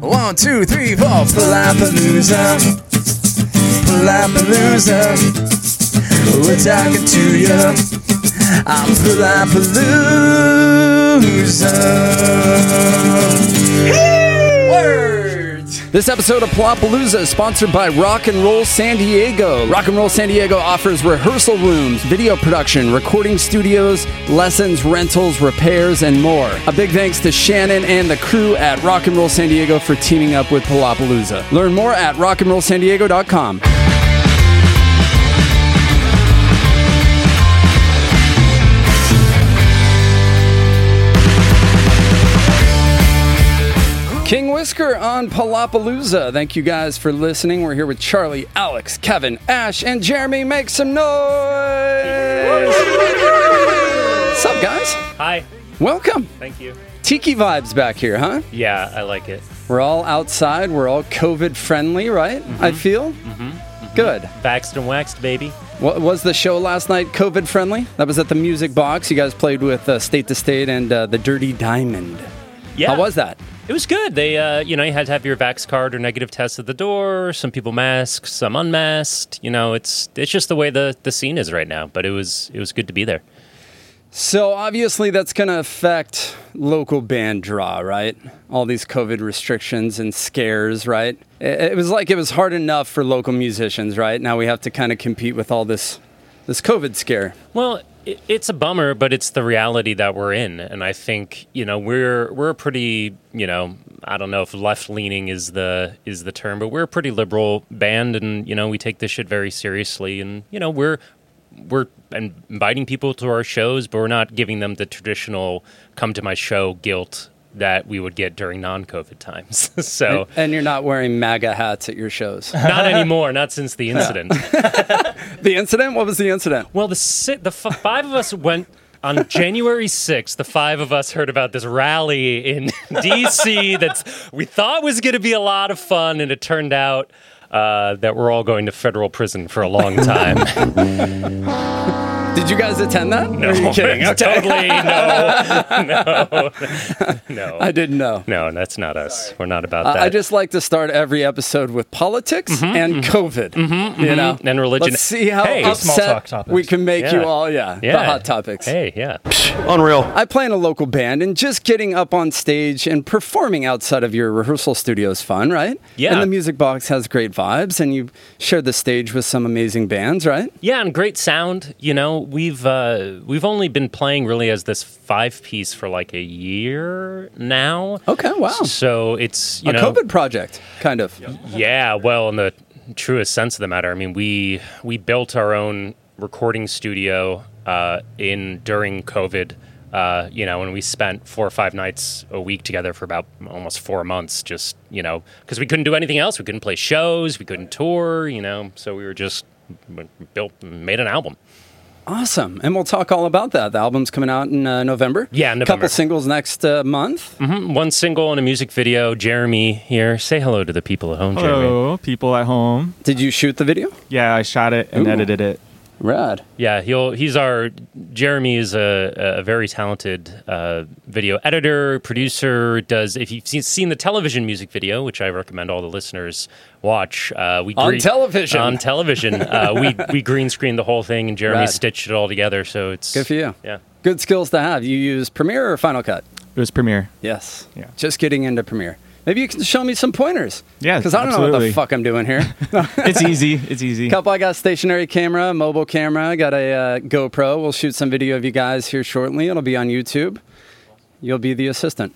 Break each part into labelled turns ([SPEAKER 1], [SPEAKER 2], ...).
[SPEAKER 1] One, two, three, four. Palapalooza. Palapalooza. We're talking to you. I'm Palapalooza. Words.
[SPEAKER 2] This episode of Palapalooza is sponsored by Rock and Roll San Diego. Rock and Roll San Diego offers rehearsal rooms, video production, recording studios, lessons, rentals, repairs, and more. A big thanks to Shannon and the crew at Rock and Roll San Diego for teaming up with Palapalooza. Learn more at rockandrollsandiego.com. King Whisker on Palapalooza. Thank you guys for listening. We're here with Charlie, Alex, Kevin, Ash, and Jeremy. Make some noise! What's up, guys?
[SPEAKER 3] Hi.
[SPEAKER 2] Welcome.
[SPEAKER 3] Thank you.
[SPEAKER 2] Tiki vibes back here, huh?
[SPEAKER 3] Yeah, I like it.
[SPEAKER 2] We're all outside. We're all COVID friendly, right? I feel. Mm-hmm. Good.
[SPEAKER 3] Vaxxed and waxed, baby.
[SPEAKER 2] What was the show last night? COVID friendly. That was at the Music Box. You guys played with uh, State to State and uh, the Dirty Diamond.
[SPEAKER 3] Yeah.
[SPEAKER 2] How was that?
[SPEAKER 3] It was good. They, uh, you know, you had to have your vax card or negative test at the door. Some people masked, some unmasked. You know, it's it's just the way the the scene is right now. But it was it was good to be there.
[SPEAKER 2] So obviously that's going to affect local band draw, right? All these COVID restrictions and scares, right? It, it was like it was hard enough for local musicians, right? Now we have to kind of compete with all this this COVID scare.
[SPEAKER 3] Well, it, it's a bummer, but it's the reality that we're in, and I think you know we're we're a pretty you know I don't know if left leaning is the is the term, but we're a pretty liberal band, and you know we take this shit very seriously, and you know we're we're in- inviting people to our shows, but we're not giving them the traditional come to my show guilt that we would get during non-COVID times. so.
[SPEAKER 2] And you're not wearing MAGA hats at your shows.
[SPEAKER 3] Not anymore. Not since the incident.
[SPEAKER 2] the incident? What was the incident?
[SPEAKER 3] Well, the si- the f- five of us went on January 6th. The five of us heard about this rally in DC that's we thought was going to be a lot of fun, and it turned out uh, that we're all going to federal prison for a long time.
[SPEAKER 2] Did you guys attend that?
[SPEAKER 3] no,
[SPEAKER 2] Are you kidding? Okay.
[SPEAKER 3] totally no, no,
[SPEAKER 2] I
[SPEAKER 3] no,
[SPEAKER 2] didn't know.
[SPEAKER 3] no. That's not us. We're not about
[SPEAKER 2] I-
[SPEAKER 3] that.
[SPEAKER 2] I just like to start every episode with politics
[SPEAKER 3] Mm-hmm,
[SPEAKER 2] and COVID, you know,
[SPEAKER 3] and religion.
[SPEAKER 2] Let's see how
[SPEAKER 3] Hey.
[SPEAKER 2] upset
[SPEAKER 4] Small talk topics.
[SPEAKER 2] we can make you
[SPEAKER 3] Yeah.
[SPEAKER 2] all. Yeah, the
[SPEAKER 3] Yeah.
[SPEAKER 2] hot topics.
[SPEAKER 3] Hey, yeah.
[SPEAKER 4] Unreal.
[SPEAKER 2] I play in a local band, and just getting up on stage and performing outside of your rehearsal studio is fun, right?
[SPEAKER 3] Yeah.
[SPEAKER 2] And the music box has great vibes, and you share the stage with some amazing bands, right?
[SPEAKER 3] Yeah, and great sound. You know, we've uh, we've only been playing really as this five piece for like a year now.
[SPEAKER 2] Okay, wow.
[SPEAKER 3] So it's you
[SPEAKER 2] a
[SPEAKER 3] know,
[SPEAKER 2] COVID project, kind of.
[SPEAKER 3] yeah. Well, in the truest sense of the matter, I mean, we we built our own recording studio uh, in during COVID. Uh, you know, and we spent four or five nights a week together for about almost four months, just you know, because we couldn't do anything else. We couldn't play shows, we couldn't tour, you know. So we were just we built, made an album.
[SPEAKER 2] Awesome. And we'll talk all about that. The album's coming out in uh, November.
[SPEAKER 3] Yeah,
[SPEAKER 2] couple
[SPEAKER 3] November.
[SPEAKER 2] singles next uh, month.
[SPEAKER 3] One single and a music video. Jeremy here. Say hello to the people at home, Jeremy.
[SPEAKER 4] Hello, people at home.
[SPEAKER 2] Did you shoot the video?
[SPEAKER 4] Yeah, I shot it and
[SPEAKER 2] Ooh.
[SPEAKER 4] edited it.
[SPEAKER 2] Rad.
[SPEAKER 3] Yeah, he'll he's our Jeremy is a, a very talented uh, video editor, producer. Does if you've seen, seen the television music video, which I recommend all the listeners watch. Uh, we
[SPEAKER 2] On television.
[SPEAKER 3] on television. uh, we we green screened the whole thing and Jeremy
[SPEAKER 2] Rad.
[SPEAKER 3] stitched it all together. So it's
[SPEAKER 2] Good for you.
[SPEAKER 3] Yeah.
[SPEAKER 2] Good skills to have. You use Premiere or Final Cut?
[SPEAKER 4] It was Premiere.
[SPEAKER 2] Yes.
[SPEAKER 4] Yeah.
[SPEAKER 2] Just getting into Premiere. Maybe you can show me some pointers.
[SPEAKER 4] Yeah,
[SPEAKER 2] Because I don't know what the
[SPEAKER 4] absolutely.
[SPEAKER 2] fuck I'm doing here.
[SPEAKER 4] It's easy. It's easy.
[SPEAKER 2] Couple, I got a stationary camera, mobile camera, I got a uh, GoPro. We'll shoot some video of you guys here shortly. It'll be on YouTube. You'll be the assistant.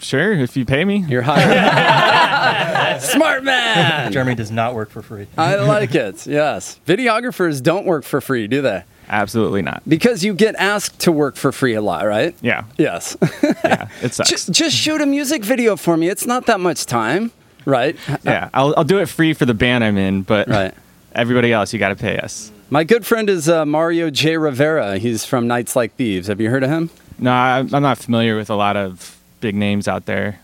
[SPEAKER 4] Sure, if you pay me.
[SPEAKER 2] You're hired. Smart man.
[SPEAKER 5] Jeremy does not work for free.
[SPEAKER 2] I like it. Yes. Videographers don't work for free, do they?
[SPEAKER 4] Absolutely not.
[SPEAKER 2] Because you get asked to work for free a lot, right?
[SPEAKER 4] Yeah,
[SPEAKER 2] Yes.
[SPEAKER 4] yeah, it sucks.
[SPEAKER 2] just, just shoot a music video for me. It's not that much time, right?
[SPEAKER 4] yeah, I'll, I'll do it free for the band I'm in, but
[SPEAKER 2] Right.
[SPEAKER 4] everybody else, you got to pay us.
[SPEAKER 2] My good friend is uh, Mario J. Rivera. He's from Nights Like Thieves. Have you heard of him?
[SPEAKER 4] No, I, I'm not familiar with a lot of big names out there.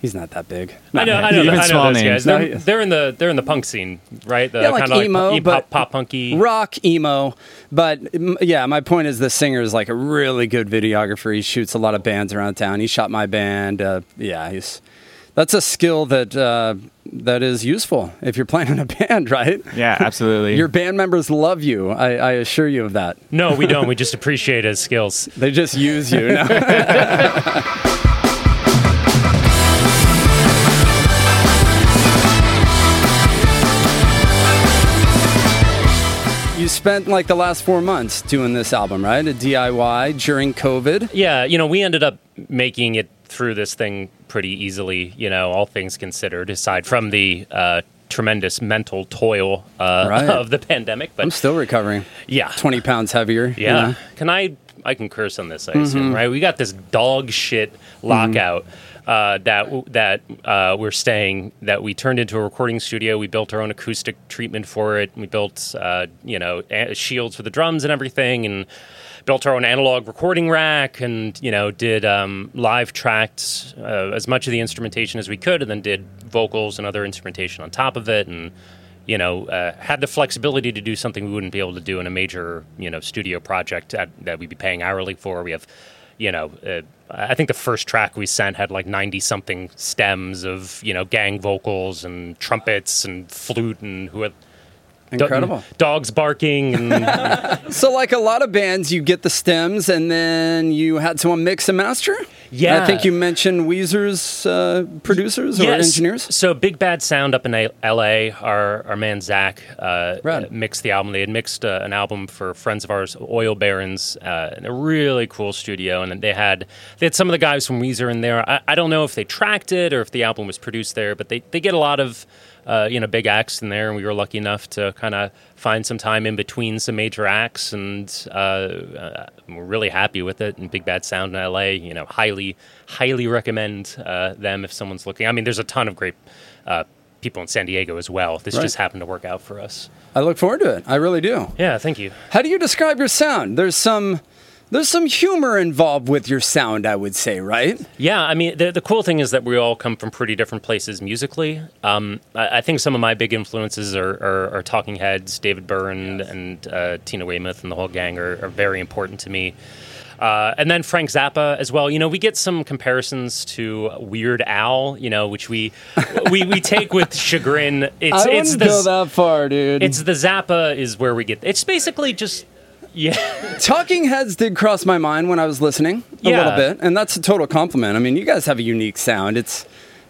[SPEAKER 2] He's not that big.
[SPEAKER 3] I know, I know,
[SPEAKER 4] Even
[SPEAKER 3] I know
[SPEAKER 4] small
[SPEAKER 3] those
[SPEAKER 4] names.
[SPEAKER 3] guys.
[SPEAKER 2] No,
[SPEAKER 3] They're,
[SPEAKER 2] he-
[SPEAKER 3] they're in the they're in the punk scene, right? The
[SPEAKER 2] Yeah, like
[SPEAKER 3] kinda
[SPEAKER 2] emo,
[SPEAKER 3] pop,
[SPEAKER 2] but-
[SPEAKER 3] pop punky.
[SPEAKER 2] Rock, emo. But mm, yeah, my point is the singer is like a really good videographer. He shoots a lot of bands around town. He shot my band. Uh, yeah, he's. That's a skill that uh, that is useful if you're playing in a band, right?
[SPEAKER 4] Yeah, absolutely.
[SPEAKER 2] Your band members love you. I, I assure you of that.
[SPEAKER 3] No, we don't. We just appreciate his skills.
[SPEAKER 2] They just use you. No. you spent like the last four months doing this album, right? A DIY during COVID.
[SPEAKER 3] Yeah, you know, we ended up making it through this thing pretty easily, you know, all things considered, aside from the uh, tremendous mental toil uh,
[SPEAKER 2] Right.
[SPEAKER 3] of the pandemic. But
[SPEAKER 2] I'm still recovering.
[SPEAKER 3] yeah,
[SPEAKER 2] 20 pounds heavier. you
[SPEAKER 3] Yeah.
[SPEAKER 2] know? Mm-hmm.
[SPEAKER 3] Can I? I can curse on this, I assume, right? We got this dog shit lockout uh, that w- that uh, we're staying that we turned into a recording studio. We built our own acoustic treatment for it. We built, uh, you know, a- shields for the drums and everything, and built our own analog recording rack, and you know, did um, live tracks uh, as much of the instrumentation as we could, and then did vocals and other instrumentation on top of it, and you know, uh, had the flexibility to do something we wouldn't be able to do in a major, you know, studio project at, that we'd be paying hourly for. We have, you know, uh, I think the first track we sent had like 90 something stems of, you know, gang vocals and trumpets and flute and who
[SPEAKER 2] Incredible.
[SPEAKER 3] dogs barking and
[SPEAKER 2] So, like a lot of bands, you get the stems and then you had someone mix and master. And I
[SPEAKER 3] Yeah.
[SPEAKER 2] think you mentioned Weezer's uh, producers or engineers.
[SPEAKER 3] So Big Bad Sound up in A- L.A. Our our man Zach uh,
[SPEAKER 2] Rad.
[SPEAKER 3] mixed the album. They had mixed uh, an album for friends of ours, Oil Barons, uh, in a really cool studio. And they had they had some of the guys from Weezer in there. I, I don't know if they tracked it or if the album was produced there, but they they get a lot of. Uh, you know, big acts in there, and we were lucky enough to kind of find some time in between some major acts, and uh, uh, we're really happy with it. And Big Bad Sound in LA, you know, highly, highly recommend uh, them if someone's looking. I mean, there's a ton of great uh, people in San Diego as well. This
[SPEAKER 2] Right.
[SPEAKER 3] just happened to work out for us.
[SPEAKER 2] I look forward to it. I really do.
[SPEAKER 3] Yeah, thank you.
[SPEAKER 2] How do you describe your sound? There's some. There's some humor involved with your sound, I would say, right?
[SPEAKER 3] Yeah, I mean, the, the cool thing is that we all come from pretty different places musically. Um, I, I think some of my big influences are, are, are Talking Heads, David Byrne, and uh, Tina Weymouth, and the whole gang are, are very important to me. Uh, and then Frank Zappa as well. You know, we get some comparisons to Weird Al. You know, which we we, we take with chagrin. It's
[SPEAKER 2] I
[SPEAKER 3] it's
[SPEAKER 2] wouldn't
[SPEAKER 3] the
[SPEAKER 2] go that far, dude.
[SPEAKER 3] it's the Zappa is where we get. It's basically just yeah.
[SPEAKER 2] Talking Heads did cross my mind when I was listening a
[SPEAKER 3] Yeah.
[SPEAKER 2] little bit, and that's a total compliment. I mean, you guys have a unique sound. It's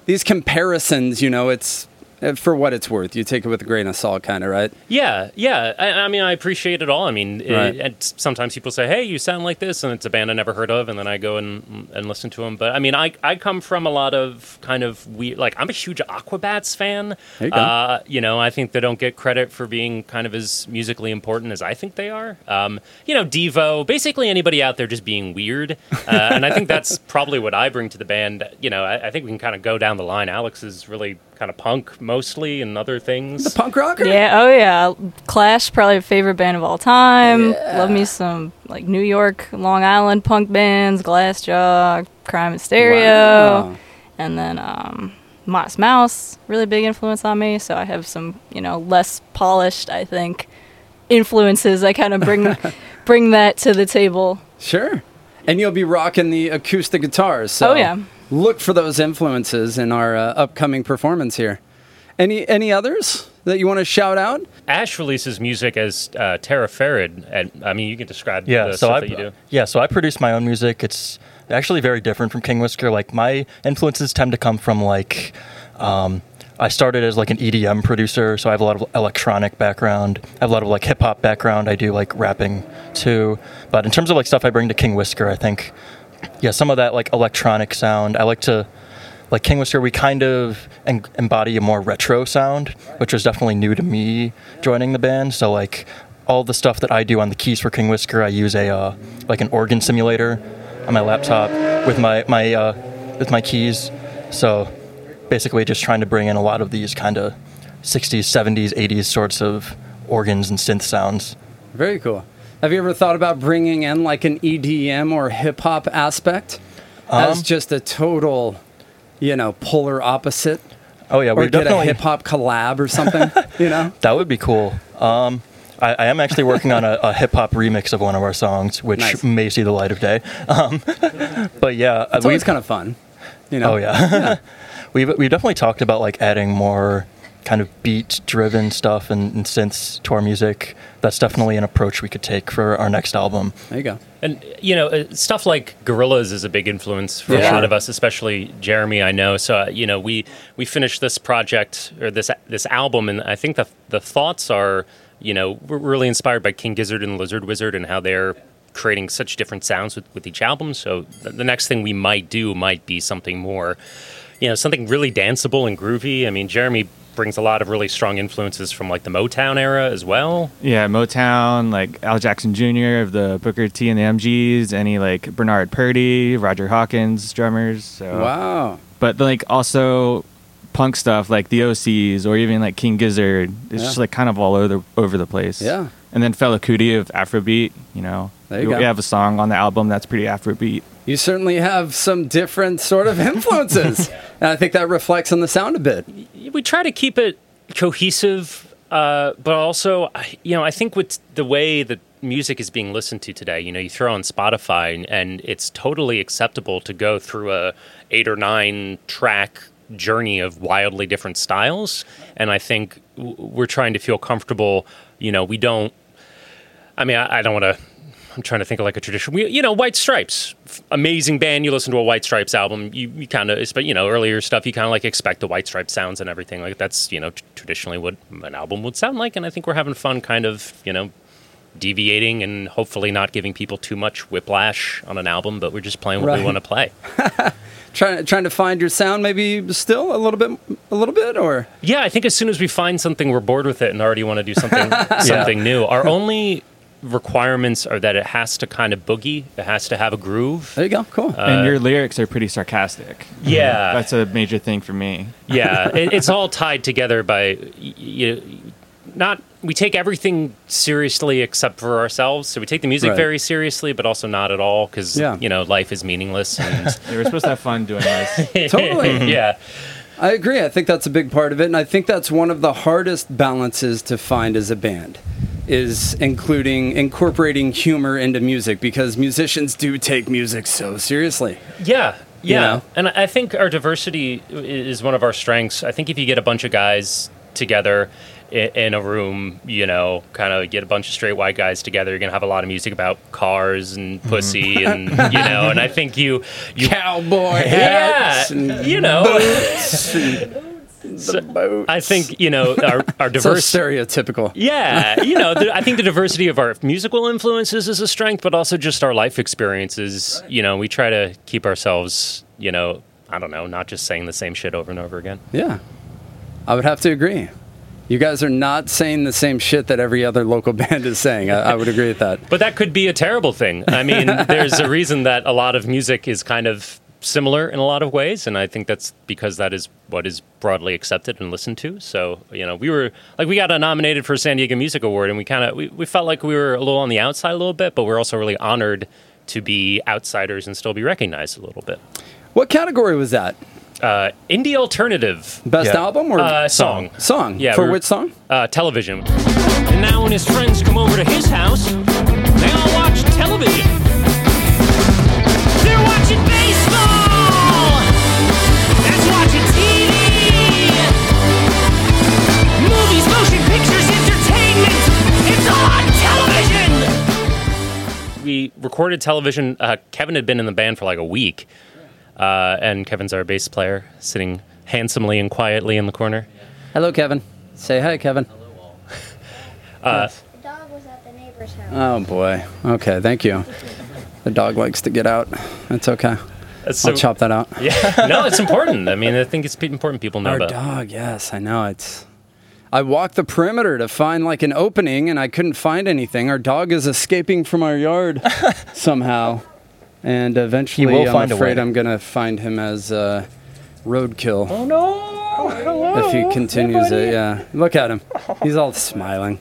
[SPEAKER 2] these comparisons, you know, it's uh, for what it's worth. You take it with a grain of salt, kind of, right?
[SPEAKER 3] Yeah, yeah. I, I mean, I appreciate it all. I mean, it-
[SPEAKER 2] Right.
[SPEAKER 3] and s- sometimes people say, "Hey, you sound like this," and it's a band I never heard of, and then I go and and listen to them. But I mean, I I come from a lot of kind of weird. Like, I'm a huge Aquabats fan.
[SPEAKER 2] There you go.
[SPEAKER 3] Uh, you know, I think they don't get credit for being kind of as musically important as I think they are. Um, you know, Devo, basically anybody out there just being weird, uh, and I think that's probably what I bring to the band. You know, I, I think we can kind of go down the line. Alex is really kind of punk mostly, and other things.
[SPEAKER 2] The punk rocker?
[SPEAKER 5] Yeah, oh yeah. Clash, probably a favorite band of all time. Love me some like New York, Long Island punk bands, Glassjaw, Crime and Stereo,
[SPEAKER 2] Wow.
[SPEAKER 5] and then um, Modest Mouse, really big influence on me. So I have some, you know, less polished, I think, influences. I kind of bring bring that to the table.
[SPEAKER 2] Sure. And you'll be rocking the acoustic guitars. So
[SPEAKER 5] Oh, yeah.
[SPEAKER 2] Look for those influences in our uh, upcoming performance here. Any any others that you want to shout out?
[SPEAKER 3] Ash releases music as uh, Tara Farid, and I mean you can describe
[SPEAKER 6] Yeah,
[SPEAKER 3] the
[SPEAKER 6] so
[SPEAKER 3] stuff
[SPEAKER 6] I
[SPEAKER 3] that you do.
[SPEAKER 6] yeah, so I produce my own music. It's actually very different from King Whisker. Like my influences tend to come from like um, I started as like an EDM producer, so I have a lot of electronic background. I have a lot of like hip hop background. I do like rapping too. But in terms of like stuff I bring to King Whisker, I think yeah, some of that like electronic sound. I like to like King Whisker, we kind of en- embody a more retro sound, which was definitely new to me joining the band. So like all the stuff that I do on the keys for King Whisker, I use a uh, like an organ simulator on my laptop with my my uh, with my keys. So basically, just trying to bring in a lot of these kind of 60s, 70s, 80s sorts of organs and synth sounds.
[SPEAKER 2] Very cool. Have you ever thought about bringing in like an EDM or hip hop aspect as
[SPEAKER 6] Um,
[SPEAKER 2] just a total, you know, polar opposite?
[SPEAKER 6] Oh yeah,
[SPEAKER 2] Or
[SPEAKER 6] we're
[SPEAKER 2] get a
[SPEAKER 6] definitely
[SPEAKER 2] hip hop collab or something, you know?
[SPEAKER 6] That would be cool. Um, I, I am actually working on a, a hip hop remix of one of our songs, which
[SPEAKER 2] Nice.
[SPEAKER 6] may see the light of day. Um, but yeah,
[SPEAKER 2] It's always kind of fun, you know?
[SPEAKER 6] Oh yeah. we've we've definitely talked about like adding more kind of beat driven stuff and, and synths to our music. That's definitely an approach we could take for our next album.
[SPEAKER 2] There you go.
[SPEAKER 3] And you know, uh, stuff like Gorillas is a big influence for
[SPEAKER 2] Yeah.
[SPEAKER 3] a lot of us, especially Jeremy. I know. So uh, you know, we we finished this project or this this album, and I think the the thoughts are, you know, we're really inspired by King Gizzard and Lizard Wizard and how they're creating such different sounds with, with each album. So th- the next thing we might do might be something more, you know, something really danceable and groovy. I mean, Jeremy brings a lot of really strong influences from like the Motown era as well.
[SPEAKER 4] Yeah, Motown, like Al Jackson Jr. of the Booker T and the MGs, any like Bernard Purdy, Roger Hawkins drummers. So.
[SPEAKER 2] Wow.
[SPEAKER 4] But like also punk stuff like the OCs or even like King Gizzard. It's
[SPEAKER 2] Yeah.
[SPEAKER 4] just like kind of all over over the place.
[SPEAKER 2] Yeah.
[SPEAKER 4] And then Fela Kuti of Afrobeat, you know.
[SPEAKER 2] There you
[SPEAKER 4] we
[SPEAKER 2] go.
[SPEAKER 4] have a song on the album that's pretty Afrobeat.
[SPEAKER 2] You certainly have some different sort of influences. and I think that reflects on the sound a bit.
[SPEAKER 3] we try to keep it cohesive, uh, but also, I- you know, I think with the way that music is being listened to today, you know, you throw on Spotify and, and it's totally acceptable to go through a eight or nine track journey of wildly different styles. And I think w- we're trying to feel comfortable. You know, we don't. I mean, I, I don't want to. I'm trying to think of like a tradition. We, you know, White Stripes, F- amazing band. You listen to a White Stripes album, you, you kind of, but you know, earlier stuff, you kind of like expect the White Stripes sounds and everything. Like that's you know t- traditionally what an album would sound like. And I think we're having fun, kind of, you know, deviating and hopefully not giving people too much whiplash on an album. But we're just playing what
[SPEAKER 2] Right.
[SPEAKER 3] we want to play.
[SPEAKER 2] Trying trying to find your sound maybe still a little bit a little bit or
[SPEAKER 3] Yeah, I think as soon as we find something, we're bored with it and already want to do something something new. Our only requirements are that it has to kind of boogie. It has to have a groove.
[SPEAKER 2] there you go. Cool.
[SPEAKER 4] and your lyrics are pretty sarcastic.
[SPEAKER 3] Yeah.
[SPEAKER 4] That's a major thing for me.
[SPEAKER 3] yeah, it, it's all tied together by you. Not we take everything seriously except for ourselves. So we take the music
[SPEAKER 2] Right.
[SPEAKER 3] very seriously, but also not at all because
[SPEAKER 2] Yeah.
[SPEAKER 3] you know life is meaningless. And
[SPEAKER 4] They were supposed to have fun doing this.
[SPEAKER 2] totally.
[SPEAKER 3] yeah,
[SPEAKER 2] I agree. I think that's a big part of it, and I think that's one of the hardest balances to find as a band is including incorporating humor into music because musicians do take music so seriously.
[SPEAKER 3] Yeah.
[SPEAKER 2] You
[SPEAKER 3] Yeah.
[SPEAKER 2] know?
[SPEAKER 3] And I think our diversity i- is one of our strengths. I think if you get a bunch of guys together i- in a room, you know, kind of get a bunch of straight white guys together, you're going to have a lot of music about cars and
[SPEAKER 2] Mm-hmm.
[SPEAKER 3] pussy and, you know, and I think you, you
[SPEAKER 2] Cowboy
[SPEAKER 3] yeah,
[SPEAKER 2] hats and
[SPEAKER 3] you know,
[SPEAKER 2] boats and the boat.
[SPEAKER 3] I think, you know, our, our
[SPEAKER 2] so
[SPEAKER 3] diverse
[SPEAKER 2] stereotypical.
[SPEAKER 3] Yeah, you know, the, I think the diversity of our musical influences is a strength, but also just our life experiences. You know, we try to keep ourselves, you know, I don't know, not just saying the same shit over and over again.
[SPEAKER 2] Yeah, I would have to agree. You guys are not saying the same shit that every other local band is saying. I, I would agree with that.
[SPEAKER 3] But that could be a terrible thing. I mean, there's a reason that a lot of music is kind of similar in a lot of ways, and I think that's because that is what is broadly accepted and listened to. So, you know, we were like we got nominated for San Diego Music Award, and we kind of we, we felt like we were a little on the outside a little bit, but we're also really honored to be outsiders and still be recognized a little bit.
[SPEAKER 2] What category was that?
[SPEAKER 3] Uh, indie alternative
[SPEAKER 2] Best
[SPEAKER 6] Yeah.
[SPEAKER 2] album or
[SPEAKER 3] uh, song.
[SPEAKER 2] song?
[SPEAKER 3] Yeah,
[SPEAKER 2] For
[SPEAKER 3] we were-
[SPEAKER 2] which song?
[SPEAKER 3] uh, television. And now when his friends come over to his house, they all watch television.
[SPEAKER 7] They're watching baseball. That's watching TV. Movies, motion pictures, entertainment. It's all on television.
[SPEAKER 3] We recorded television. Uh, Kevin had been in the band for like a week, uh, and Kevin's our bass player, sitting handsomely and quietly in the corner.
[SPEAKER 2] Hello, Kevin. Say hi, Kevin.
[SPEAKER 3] Uh,
[SPEAKER 8] The dog was at the neighbor's house.
[SPEAKER 2] Oh boy. Okay, thank you. The dog likes to get out. That's okay.
[SPEAKER 3] So-
[SPEAKER 2] I'll chop that out.
[SPEAKER 3] Yeah, no, it's important. I mean, I think it's pe- important people know
[SPEAKER 2] Our
[SPEAKER 3] about.
[SPEAKER 2] dog. Yes, I know it's. I walked the perimeter to find like an opening, and I couldn't find anything. Our dog is escaping from our yard somehow, and eventually,
[SPEAKER 6] He will
[SPEAKER 2] I'm
[SPEAKER 6] find a
[SPEAKER 2] afraid
[SPEAKER 6] way.
[SPEAKER 2] I'm gonna find him as uh, roadkill.
[SPEAKER 3] Oh no!
[SPEAKER 2] if he continues it. Yeah, look at him. He's all smiling.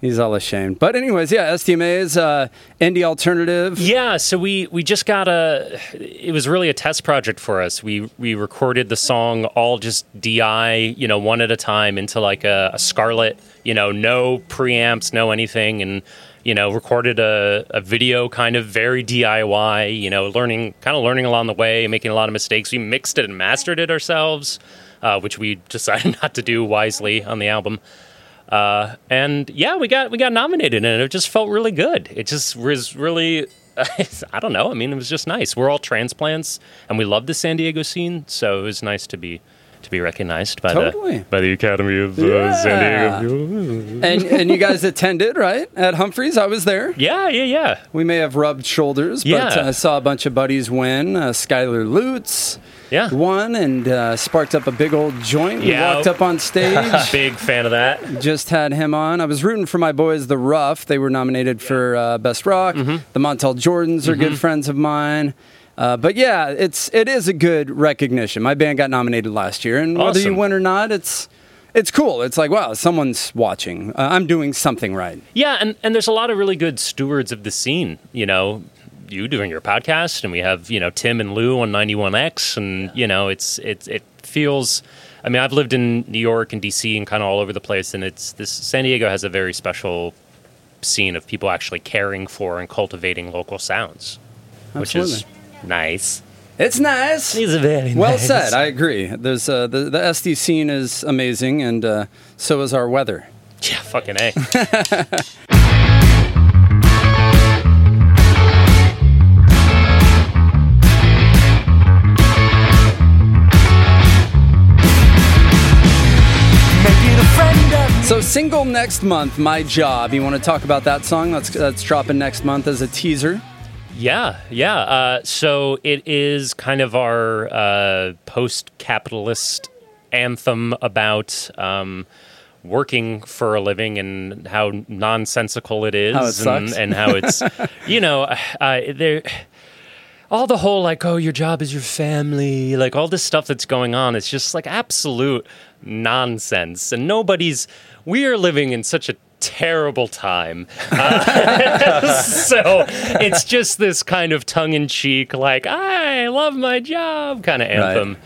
[SPEAKER 2] He's all ashamed. But anyways, yeah, SDMA's uh, indie alternative.
[SPEAKER 3] Yeah, so we we just got a. It was really a test project for us. We we recorded the song all just DI, you know, one at a time into like a, a Scarlet, you know, no preamps, no anything, and you know, recorded a, a video kind of very DIY, you know, learning, kind of learning along the way, making a lot of mistakes. We mixed it and mastered it ourselves, uh, which we decided not to do wisely on the album. Uh, and yeah, we got we got nominated, and it just felt really good. It just was really, I don't know. I mean, it was just nice. We're all transplants, and we love the San Diego scene, so it was nice to be to be recognized by
[SPEAKER 2] Totally.
[SPEAKER 3] the by the Academy of uh,
[SPEAKER 2] Yeah.
[SPEAKER 3] San Diego.
[SPEAKER 2] and and you guys attended right at Humphreys. I was there.
[SPEAKER 3] Yeah, yeah, yeah.
[SPEAKER 2] We may have rubbed shoulders, but
[SPEAKER 3] Yeah.
[SPEAKER 2] I uh, saw a bunch of buddies win. Uh, Skylar Lutz
[SPEAKER 3] Yeah.
[SPEAKER 2] won and uh, sparked up a big old joint.
[SPEAKER 3] Yeah.
[SPEAKER 2] We walked up on stage.
[SPEAKER 3] Big fan of that.
[SPEAKER 2] just had him on. I was rooting for my boys, The Rough. They were nominated for uh, Best Rock.
[SPEAKER 3] Mm-hmm.
[SPEAKER 2] The Montel Jordans are good friends of mine. Uh, but yeah, it's it is a good recognition. My band got nominated last year, and whether you
[SPEAKER 3] Awesome.
[SPEAKER 2] win or not, it's it's cool. It's like wow, someone's watching. Uh, I'm doing something right.
[SPEAKER 3] Yeah, and, and there's a lot of really good stewards of the scene. You know, you doing your podcast, and we have you know Tim and Lou on 91X, and you know it's it it feels. I mean, I've lived in New York and DC and kind of all over the place, and it's this San Diego has a very special scene of people actually caring for and cultivating local sounds, which
[SPEAKER 2] Absolutely.
[SPEAKER 3] is nice.
[SPEAKER 2] It's nice.
[SPEAKER 3] It's very
[SPEAKER 2] Well
[SPEAKER 3] nice.
[SPEAKER 2] said. I agree. There's uh, the the SD scene is amazing, and uh, so is our weather.
[SPEAKER 3] yeah, fucking a.
[SPEAKER 2] So single next month, my job. You want to talk about that song? That's that's dropping next month as a teaser.
[SPEAKER 3] Yeah, yeah. Uh, so it is kind of our uh, post capitalist anthem about um, working for a living and how nonsensical it is
[SPEAKER 2] How it
[SPEAKER 3] and,
[SPEAKER 2] sucks.
[SPEAKER 3] and how it's, you know, uh, there. All the whole like, oh, your job is your family, like all this stuff that's going on, it's just like absolute nonsense. And nobody's, we are living in such a terrible time Uh, so it's just this kind of tongue in cheek, like I love my job kind of anthem.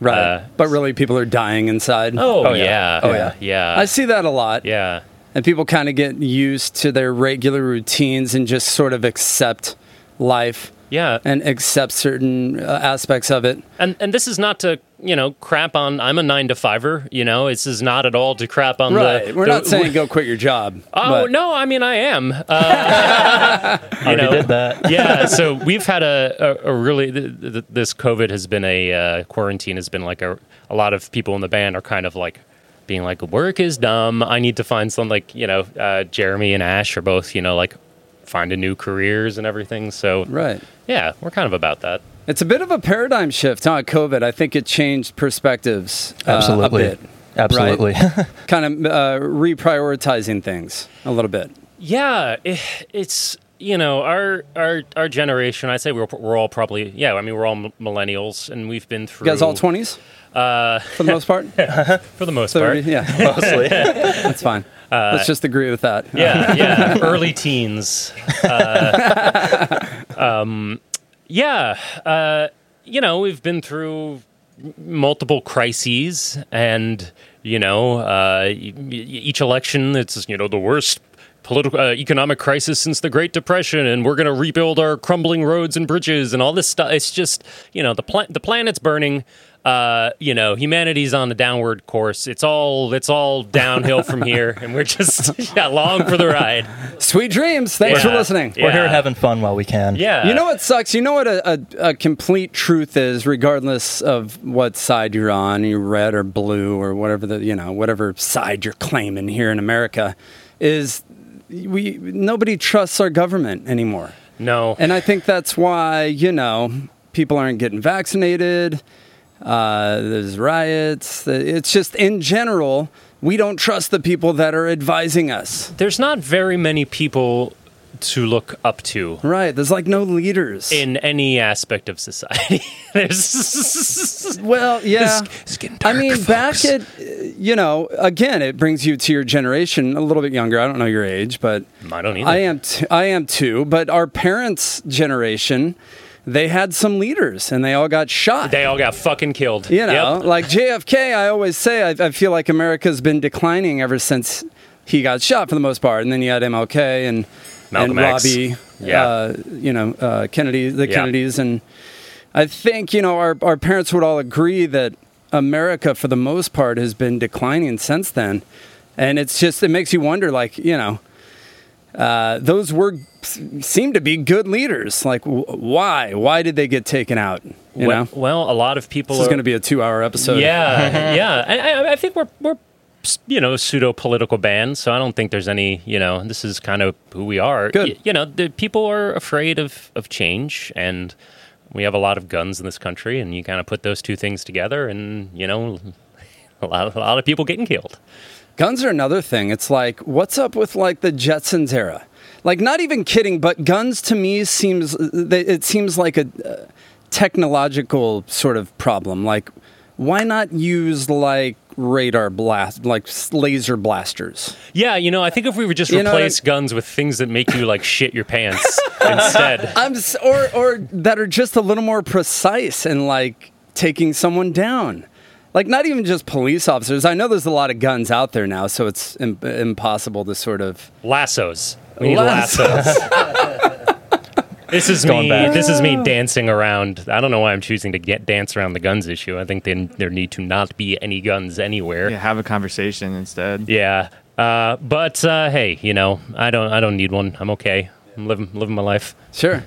[SPEAKER 2] Right.
[SPEAKER 3] Uh,
[SPEAKER 2] but really, people are dying inside.
[SPEAKER 3] Oh, yeah.
[SPEAKER 2] Oh, yeah.
[SPEAKER 3] yeah,
[SPEAKER 2] I see that a lot.
[SPEAKER 3] yeah,
[SPEAKER 2] And people kind of get used to their regular routines and just sort of accept life
[SPEAKER 3] yeah. And,
[SPEAKER 2] and accept certain uh, aspects of it.
[SPEAKER 3] and this is not to you know crap on. I'm a nine to fiver. You know, this is not at all to crap on the.
[SPEAKER 2] We're
[SPEAKER 3] the-
[SPEAKER 2] not saying go quit your job.
[SPEAKER 3] Oh
[SPEAKER 2] but-
[SPEAKER 3] no! I mean, I am. Uh, you know,
[SPEAKER 6] did that.
[SPEAKER 3] yeah. So we've had a, a, a really th- th- this COVID has been a uh, quarantine has been like a a lot of people in the band are kind of like being like work is dumb. I need to find some like you know uh, Jeremy and Ash are both you know like finding new careers and everything. So
[SPEAKER 2] Right.
[SPEAKER 3] yeah, we're kind of about that.
[SPEAKER 2] It's a bit of a paradigm shift on COVID. I think it changed perspectives uh,
[SPEAKER 6] Absolutely.
[SPEAKER 2] a bit.
[SPEAKER 6] Absolutely.
[SPEAKER 2] kind of uh, reprioritizing things a little bit.
[SPEAKER 3] Yeah, it, it's you know our our our generation. I say we're we're all probably yeah. I mean we're all m- millennials and we've been through
[SPEAKER 2] You guys all 20s? Uh, for the most part?
[SPEAKER 3] for the most
[SPEAKER 2] 30,
[SPEAKER 3] part.
[SPEAKER 2] yeah,
[SPEAKER 6] Mostly.
[SPEAKER 2] that's fine. Let's just agree with that.
[SPEAKER 3] yeah, yeah, early teens. Uh, um, yeah, uh, you know, we've been through multiple crises, and you know, uh, e- e- each election, it's you know the worst. Political, uh, economic crisis since the Great Depression, and we're going to rebuild our crumbling roads and bridges and all this stuff. It's just, you know, the pla- the planet's burning. Uh, you know, humanity's on a downward course. It's all it's all downhill from here, and we're just yeah, along for the ride.
[SPEAKER 2] Sweet dreams. Thanks
[SPEAKER 3] Yeah.
[SPEAKER 2] for listening.
[SPEAKER 6] We're here
[SPEAKER 3] Yeah.
[SPEAKER 6] having fun while we can.
[SPEAKER 3] Yeah,
[SPEAKER 2] You know what sucks? You know what a, a, a complete truth is, regardless of what side you're on, you're red or blue or whatever the you know whatever side you're claiming here in America, is we nobody trusts our government anymore,
[SPEAKER 3] No,
[SPEAKER 2] and I think that's why you know people aren't getting vaccinated. Uh, there's riots. It's just in general we don't trust the people that are advising us.
[SPEAKER 3] there's not very many people to look up to
[SPEAKER 2] Right? There's like no leaders.
[SPEAKER 3] in any aspect of society. there's
[SPEAKER 2] well, yeah.
[SPEAKER 3] it's getting
[SPEAKER 2] I mean, back at, uh, you know, again, it brings you to your generation, a little bit younger. I don't know your age, but
[SPEAKER 3] I don't either.
[SPEAKER 2] I am, t- I am too. But our parents' generation, they had some leaders and they all got shot.
[SPEAKER 3] They all got fucking killed.
[SPEAKER 2] you know,
[SPEAKER 3] Yep.
[SPEAKER 2] like JFK, I always say, I, I feel like America's been declining ever since he got shot for the most part. And then you had MLK and
[SPEAKER 3] Malcolm
[SPEAKER 2] and
[SPEAKER 3] X.
[SPEAKER 2] Robbie,
[SPEAKER 3] Yeah.
[SPEAKER 2] uh, you know, uh, Kennedy, the
[SPEAKER 3] Yeah.
[SPEAKER 2] Kennedys, and I think you know our our parents would all agree that America, for the most part, has been declining since then, and it's just it makes you wonder, like you know, uh, those were seem to be good leaders. Like, wh- why? Why did they get taken out? You
[SPEAKER 3] well,
[SPEAKER 2] know,
[SPEAKER 3] well, a lot of people
[SPEAKER 2] this is
[SPEAKER 3] are
[SPEAKER 2] going to be a two-hour episode.
[SPEAKER 3] Yeah, yeah. I, I, I think we're we're you know pseudo political band, so I don't think there's any you know this is kind of who we are.
[SPEAKER 2] Good.
[SPEAKER 3] Y- you know, the people are afraid of of change, and we have a lot of guns in this country, and you kind of put those two things together, and you know. A lot, a lot of people getting killed.
[SPEAKER 2] Guns are another thing. It's like, what's up with like the Jetsons era? Like, not even kidding, but guns to me seems they- it seems like a uh, technological sort of problem. Like, why not use like radar blast, like s- laser blasters?
[SPEAKER 3] Yeah, you know, I think if we would just
[SPEAKER 2] You know,
[SPEAKER 3] replace guns with things that make you like shit your pants instead.
[SPEAKER 2] I'm s- or or that are just a little more precise and like taking someone down. Like not even just police officers. I know there's a lot of guns out there now, so it's im- impossible to sort of
[SPEAKER 3] Lassos. We need
[SPEAKER 2] Lasso.
[SPEAKER 3] lassos. this is
[SPEAKER 6] Going
[SPEAKER 3] me.
[SPEAKER 6] back.
[SPEAKER 3] This is me dancing around. I don't know why I'm choosing to get dance around the guns issue. I think then there need to not be any guns anywhere.
[SPEAKER 4] Yeah,
[SPEAKER 3] Yeah.
[SPEAKER 4] have a conversation instead.
[SPEAKER 3] Uh, but uh, hey, you know, I don't. I don't need one. I'm okay. I'm living living my life.
[SPEAKER 2] Sure.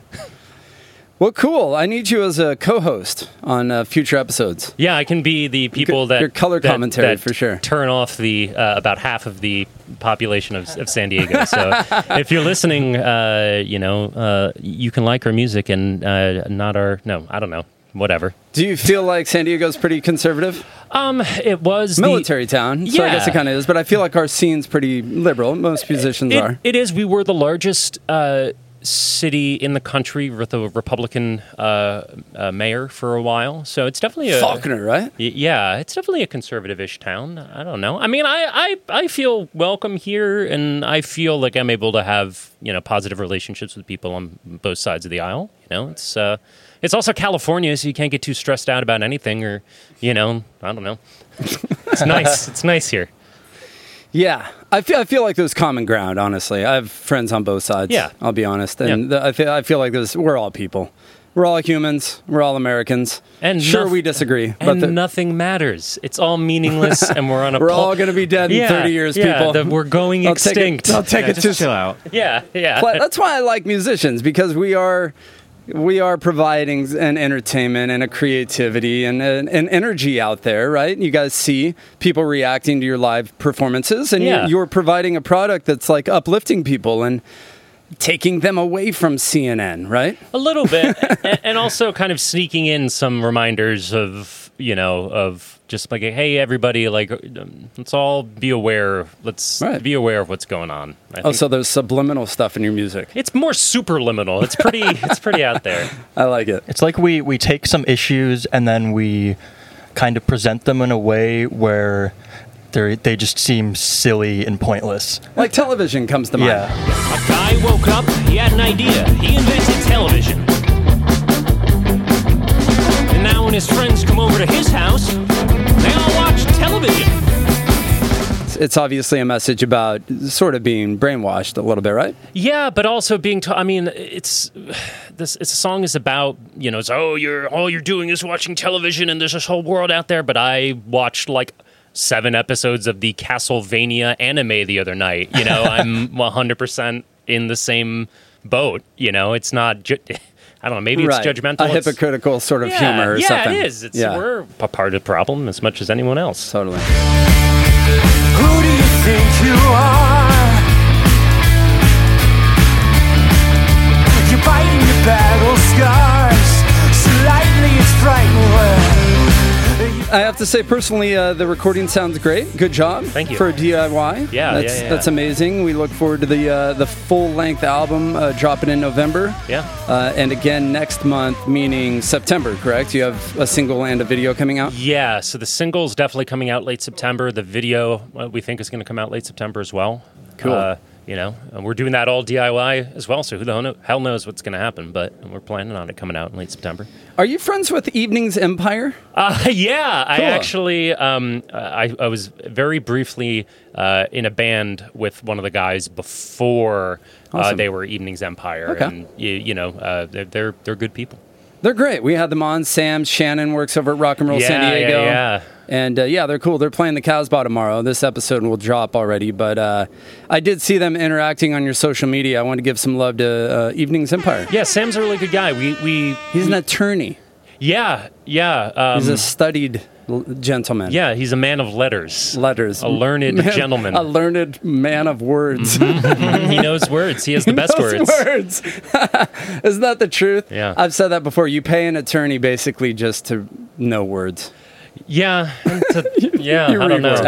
[SPEAKER 2] Well, cool. I need you as a co-host on uh, future episodes.
[SPEAKER 3] Yeah, I can be the people that
[SPEAKER 2] your color
[SPEAKER 3] that-
[SPEAKER 2] commentary,
[SPEAKER 3] that
[SPEAKER 2] for sure.
[SPEAKER 3] Turn off the uh, about half of the population of, of San Diego. So if you're listening, uh, you know uh, you can like our music and uh, not our no. I don't know. Whatever.
[SPEAKER 2] Do you feel like San Diego's pretty conservative,
[SPEAKER 3] Um, it was the-
[SPEAKER 2] military town? So I guess it
[SPEAKER 3] Yeah.
[SPEAKER 2] kind of is. But I feel like our scene's pretty liberal. Most musicians
[SPEAKER 3] it-
[SPEAKER 2] are.
[SPEAKER 3] it is. We were the largest uh, city in the country with a Republican uh, uh, mayor for a while, so it's definitely a
[SPEAKER 2] Faulkner, right?
[SPEAKER 3] Y- Yeah, it's definitely a conservative-ish town. I don't know. I mean, I, I I feel welcome here, and I feel like I'm able to have you know positive relationships with people on both sides of the aisle. You know, it's uh, it's also California, so you can't get too stressed out about anything, or you know, I don't know. It's nice. it's nice here.
[SPEAKER 2] Yeah, I feel I feel like there's common ground. Honestly, I have friends on both sides.
[SPEAKER 3] Yeah.
[SPEAKER 2] I'll be honest, and
[SPEAKER 3] Yeah.
[SPEAKER 2] the, I feel I feel like there's we're all people. We're all humans. We're all Americans.
[SPEAKER 3] And
[SPEAKER 2] sure,
[SPEAKER 3] noth-
[SPEAKER 2] we disagree, but
[SPEAKER 3] and
[SPEAKER 2] the,
[SPEAKER 3] nothing matters. It's all meaningless, and we're on a.
[SPEAKER 2] we're
[SPEAKER 3] pul-
[SPEAKER 2] all going to be dead in
[SPEAKER 3] Yeah,
[SPEAKER 2] 30 years,
[SPEAKER 3] yeah,
[SPEAKER 2] people.
[SPEAKER 3] the- we're going
[SPEAKER 2] I'll take it-
[SPEAKER 3] extinct.
[SPEAKER 2] I'll take
[SPEAKER 4] Yeah,
[SPEAKER 2] it to
[SPEAKER 4] just chill out.
[SPEAKER 3] yeah, yeah.
[SPEAKER 2] But that's why I like musicians because we are we are providing an entertainment and a creativity and an, an energy out there, right? You guys see people reacting to your live performances, and
[SPEAKER 3] Yeah.
[SPEAKER 2] you're, you're providing a product that's like uplifting people and taking them away from CNN, right?
[SPEAKER 3] a little bit and, and also kind of sneaking in some reminders of you know of just like hey everybody like um, let's all be aware let's
[SPEAKER 2] Right.
[SPEAKER 3] be aware of what's going on I
[SPEAKER 2] Oh,
[SPEAKER 3] think
[SPEAKER 2] so there's subliminal stuff in your music.
[SPEAKER 3] it's more superliminal it's pretty it's pretty out there
[SPEAKER 2] I like it.
[SPEAKER 6] It's like we we take some issues and then we kind of present them in a way where they they just seem silly and pointless.
[SPEAKER 2] Like television comes to mind.
[SPEAKER 6] Yeah.
[SPEAKER 9] A guy woke up, he had an idea. He invented television. And now when his friends come over to his house, they all watch television.
[SPEAKER 2] It's, it's obviously a message about sort of being brainwashed a little bit, right?
[SPEAKER 3] Yeah, but also being taught. I mean, it's this. It's a song is about you know. It's oh, you're all you're doing is watching television, and there's this whole world out there. But I watched like seven episodes of the Castlevania anime the other night. You know, I'm 100 percent in the same boat. You know, it's not. Ju- I don't know. Maybe it's
[SPEAKER 2] right.
[SPEAKER 3] judgmental.
[SPEAKER 2] A
[SPEAKER 3] it's-
[SPEAKER 2] hypocritical sort of
[SPEAKER 3] yeah,
[SPEAKER 2] humor or
[SPEAKER 3] yeah,
[SPEAKER 2] something.
[SPEAKER 3] it is. It's we're a part of the problem as much as anyone else.
[SPEAKER 2] Totally.
[SPEAKER 1] Who do you think you are? You're biting your battle scars. So lightly it's frightening
[SPEAKER 2] I have to say personally, uh, the recording sounds great. Good job.
[SPEAKER 3] Thank you.
[SPEAKER 2] for DIY.
[SPEAKER 3] Yeah,
[SPEAKER 2] that's,
[SPEAKER 3] yeah, yeah.
[SPEAKER 2] that's amazing. We look forward to the uh, the full length album uh, dropping in November.
[SPEAKER 3] Yeah.
[SPEAKER 2] uh, and again next month, meaning September. Correct? You have a single and a video coming out.
[SPEAKER 3] Yeah, so the single's definitely coming out late September. The video uh, we think is going to come out late September as well.
[SPEAKER 2] Cool.
[SPEAKER 3] Uh, you know, and we're doing that all DIY as well. So who the hell, kno- hell knows what's going to happen? But we're planning on it coming out in late September.
[SPEAKER 2] Are you friends with Evenings Empire?
[SPEAKER 3] Uh, yeah, I
[SPEAKER 2] Cool.
[SPEAKER 3] actually, um, I, I was very briefly uh, in a band with one of the guys before uh,
[SPEAKER 2] Awesome.
[SPEAKER 3] they were Evenings Empire,
[SPEAKER 2] Okay.
[SPEAKER 3] and you, you know, uh, they're, they're they're good people.
[SPEAKER 2] They're great. We had them on. Sam Shannon works over at Rock and Roll
[SPEAKER 3] Yeah,
[SPEAKER 2] San
[SPEAKER 3] yeah,
[SPEAKER 2] Diego.
[SPEAKER 3] yeah.
[SPEAKER 2] And uh, yeah, they're cool. They're playing the Casbah tomorrow. This episode will drop already, but uh, I did see them interacting on your social media. I want to give some love to uh, Evenings Empire.
[SPEAKER 3] Yeah, Sam's a really good guy. We we
[SPEAKER 2] He's an attorney.
[SPEAKER 3] yeah yeah um,
[SPEAKER 2] He's a studied l- gentleman.
[SPEAKER 3] yeah he's a man of letters.
[SPEAKER 2] letters.
[SPEAKER 3] A learned
[SPEAKER 2] Man-
[SPEAKER 3] gentleman.
[SPEAKER 2] A learned man of words.
[SPEAKER 3] he knows words. He has the best
[SPEAKER 2] Those
[SPEAKER 3] words.
[SPEAKER 2] words. Isn't that the truth?
[SPEAKER 3] Yeah.
[SPEAKER 2] I've said that before. You pay an attorney basically just to know words.
[SPEAKER 3] Yeah, and to- yeah.
[SPEAKER 2] you
[SPEAKER 3] I don't know.
[SPEAKER 2] reworked.
[SPEAKER 6] It's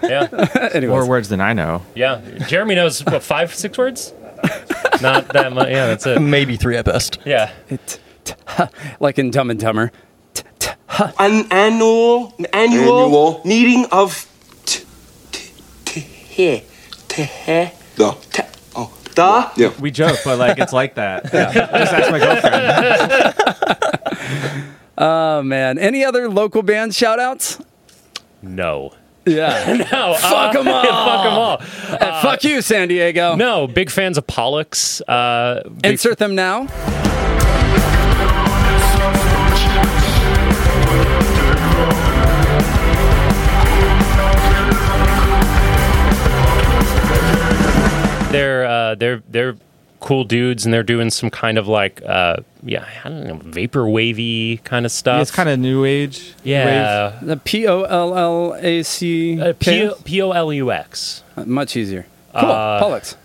[SPEAKER 6] accurate.
[SPEAKER 3] Yeah,
[SPEAKER 2] Anyways.
[SPEAKER 4] More words than I know.
[SPEAKER 3] yeah. Jeremy knows what five six words. Not that much. Yeah, that's it.
[SPEAKER 6] Maybe three at best.
[SPEAKER 3] Yeah.
[SPEAKER 2] T- t- huh, like in Dumb and Dumber.
[SPEAKER 10] an annual an annual,
[SPEAKER 11] Annual.
[SPEAKER 10] meeting of t- t- t- he- t- he-
[SPEAKER 11] No.
[SPEAKER 10] t- oh, the
[SPEAKER 11] Yeah.
[SPEAKER 4] We joke, but like it's like that. Just ask my girlfriend.
[SPEAKER 2] Oh man. Any other local band shout outs?
[SPEAKER 3] No.
[SPEAKER 2] Yeah.
[SPEAKER 3] No.
[SPEAKER 2] fuck them all.
[SPEAKER 3] fuck them all.
[SPEAKER 2] Uh, fuck you, San Diego.
[SPEAKER 3] No, big fans of Pollux. Uh, big-
[SPEAKER 2] Insert them now.
[SPEAKER 3] they're uh, they're they're cool dudes, and they're doing some kind of like uh, yeah, I don't know, vapor wavy kind of stuff.
[SPEAKER 4] It's kind of new age. wave.
[SPEAKER 3] yeah.
[SPEAKER 2] The P O L L A C.
[SPEAKER 3] Uh, P- P O L U X.
[SPEAKER 2] Uh, Much easier.
[SPEAKER 3] Uh,
[SPEAKER 2] Cool. Pollux.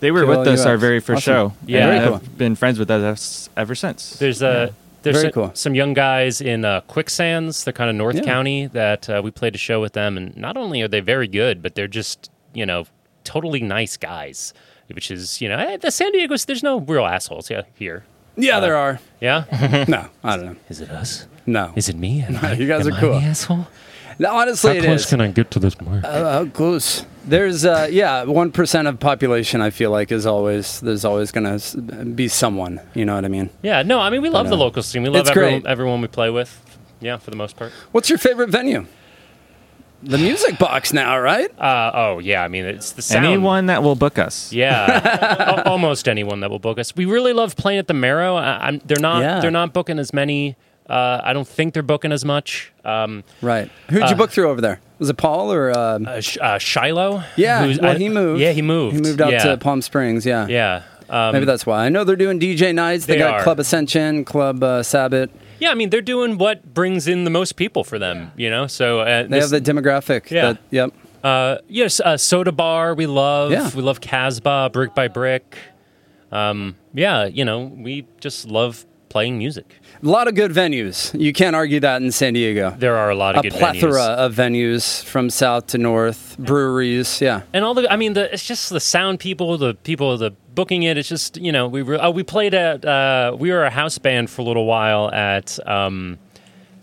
[SPEAKER 4] They were
[SPEAKER 2] Cool,
[SPEAKER 4] with us
[SPEAKER 2] you
[SPEAKER 4] our
[SPEAKER 2] asked.
[SPEAKER 4] very first
[SPEAKER 2] Awesome.
[SPEAKER 4] show.
[SPEAKER 3] Yeah.
[SPEAKER 4] and
[SPEAKER 3] Very
[SPEAKER 2] cool.
[SPEAKER 4] I've been friends with us ever since.
[SPEAKER 3] There's a there's
[SPEAKER 2] Very
[SPEAKER 3] so-
[SPEAKER 2] cool.
[SPEAKER 3] some young guys in uh, Quicksands. They're kind of North
[SPEAKER 2] Yeah.
[SPEAKER 3] County that uh, we played a show with them, and not only are they very good, but they're just you know totally nice guys. Which is you know eh, the San Diego's. There's no real assholes yeah, here.
[SPEAKER 2] Yeah, there are.
[SPEAKER 3] Yeah,
[SPEAKER 2] Uh, No, I don't know.
[SPEAKER 3] is it us?
[SPEAKER 2] No.
[SPEAKER 3] Is it me? Am I-
[SPEAKER 2] you guys
[SPEAKER 3] am
[SPEAKER 2] are
[SPEAKER 3] I
[SPEAKER 2] cool.
[SPEAKER 3] the asshole?
[SPEAKER 2] No, Honestly, it is.
[SPEAKER 3] I get to this mark?
[SPEAKER 2] Uh, close. There's uh, yeah, one percent of population. I feel like is always there's always gonna s- be someone. You know what I mean?
[SPEAKER 3] yeah, no, I mean we love the
[SPEAKER 2] know.
[SPEAKER 3] local scene. We love
[SPEAKER 2] It's
[SPEAKER 3] everyone,
[SPEAKER 2] great.
[SPEAKER 3] everyone we play with. Yeah, for the most part.
[SPEAKER 2] What's your favorite venue? The music box now, right?
[SPEAKER 3] Uh, oh yeah, I mean it's the sound.
[SPEAKER 4] Anyone that will book us.
[SPEAKER 3] Yeah, Al- almost anyone that will book us. We really love playing at the Marrow. I, I'm, they're not
[SPEAKER 2] Yeah.
[SPEAKER 3] they're not booking as many. Uh, I don't think they're booking as much. Um,
[SPEAKER 2] Right. Who'd you book through over there? Was it Paul or? Um,
[SPEAKER 3] uh, Sh- uh, Shiloh.
[SPEAKER 2] yeah,
[SPEAKER 3] who's-
[SPEAKER 2] well,
[SPEAKER 3] I-
[SPEAKER 2] he moved.
[SPEAKER 3] Yeah, he moved.
[SPEAKER 2] He moved out
[SPEAKER 3] yeah.
[SPEAKER 2] to Palm Springs. Yeah.
[SPEAKER 3] Yeah. Um,
[SPEAKER 2] Maybe that's why. I know they're doing DJ nights. They,
[SPEAKER 3] They
[SPEAKER 2] got
[SPEAKER 3] are.
[SPEAKER 2] Club Ascension, Club uh, Sabbath.
[SPEAKER 3] yeah, I mean they're doing what brings in the most people for them, you know. So uh,
[SPEAKER 2] They
[SPEAKER 3] this-
[SPEAKER 2] have the demographic.
[SPEAKER 3] Yeah.
[SPEAKER 2] That, yep.
[SPEAKER 3] uh, yes, uh, Soda Bar we love.
[SPEAKER 2] Yeah.
[SPEAKER 3] We love Casbah, Brick by Brick. Um, yeah, you know we just love playing music.
[SPEAKER 2] A lot of good venues. You can't argue that in San Diego.
[SPEAKER 3] There are a lot of
[SPEAKER 2] a
[SPEAKER 3] good
[SPEAKER 2] plethora
[SPEAKER 3] venues.
[SPEAKER 2] of venues from south to north, breweries. Yeah.
[SPEAKER 3] and all the i mean the it's just the sound people the people the booking it it's just you know we were oh, we played at uh we were a house band for a little while at um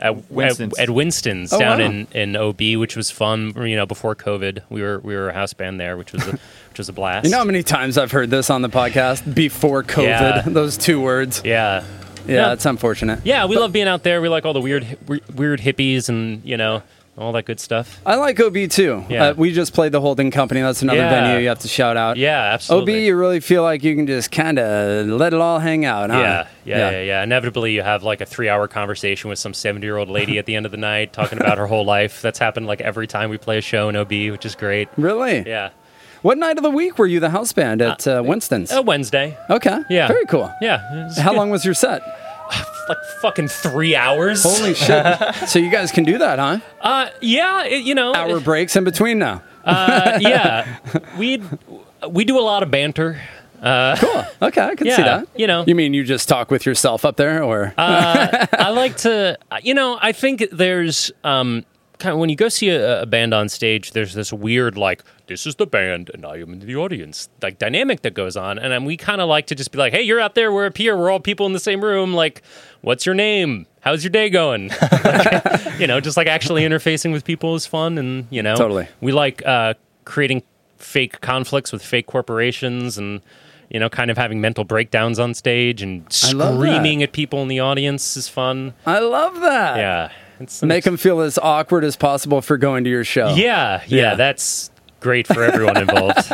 [SPEAKER 3] at
[SPEAKER 4] Winston's.
[SPEAKER 3] at, at Winston's
[SPEAKER 2] Oh,
[SPEAKER 3] down
[SPEAKER 2] wow.
[SPEAKER 3] in in OB which was fun you know before covid we were we were a house band there which was a, which was a blast
[SPEAKER 2] You know how many times I've heard this on the podcast before COVID?
[SPEAKER 3] Yeah.
[SPEAKER 2] Those two words.
[SPEAKER 3] yeah
[SPEAKER 2] Yeah,
[SPEAKER 3] Yeah.
[SPEAKER 2] it's unfortunate.
[SPEAKER 3] yeah we love being out there we like all the weird hi- we- weird hippies and you know all that good stuff
[SPEAKER 2] I like OB too.
[SPEAKER 3] Yeah.
[SPEAKER 2] Uh, we just played the Holding Company. That's another
[SPEAKER 3] Yeah.
[SPEAKER 2] venue you have to shout out.
[SPEAKER 3] yeah
[SPEAKER 2] OB,
[SPEAKER 3] absolutely
[SPEAKER 2] you really feel like you can just kind of let it all hang out, huh?
[SPEAKER 3] Yeah, yeah, yeah, yeah, Inevitably, you have like a three-hour conversation with some seventy-year-old lady at the end of the night, talking about her whole life. That's happened like every time we play a show in OB, which is great.
[SPEAKER 2] Really?
[SPEAKER 3] Yeah,
[SPEAKER 2] What night of the week were you the house band at uh, Winston's?
[SPEAKER 3] a Wednesday.
[SPEAKER 2] okay.
[SPEAKER 3] oh, Yeah,
[SPEAKER 2] Very cool.
[SPEAKER 3] Yeah, it's
[SPEAKER 2] How long was your set?
[SPEAKER 3] like fucking three hours.
[SPEAKER 2] Holy shit. so you guys can do that, huh?
[SPEAKER 3] uh, yeah, it, you know,
[SPEAKER 2] Hour breaks in between now.
[SPEAKER 3] uh, yeah, we we do a lot of banter.
[SPEAKER 2] Okay, I can see
[SPEAKER 3] Yeah,
[SPEAKER 2] that.
[SPEAKER 3] you know. Uh,
[SPEAKER 2] You mean you just talk with yourself up there or
[SPEAKER 3] I like to, you know, I think there's um, kind of when you go see a, a band on stage, there's this weird like, this is the band and I am in the audience, like dynamic that goes on, and um, we kind of like to just be like, hey, you're out there, we're up here, we're all people in the same room, like, what's your name? How's your day going? you know, just like actually interfacing with people is fun, and you know,
[SPEAKER 2] Totally.
[SPEAKER 3] we like uh, creating fake conflicts with fake corporations and you know kind of having mental breakdowns on stage and
[SPEAKER 2] I love that.
[SPEAKER 3] screaming at people in the audience is fun.
[SPEAKER 2] I love that.
[SPEAKER 3] Yeah. It's
[SPEAKER 2] Make them feel as awkward as possible for going to your show.
[SPEAKER 3] yeah, yeah,
[SPEAKER 2] Yeah.
[SPEAKER 3] that's great for everyone involved.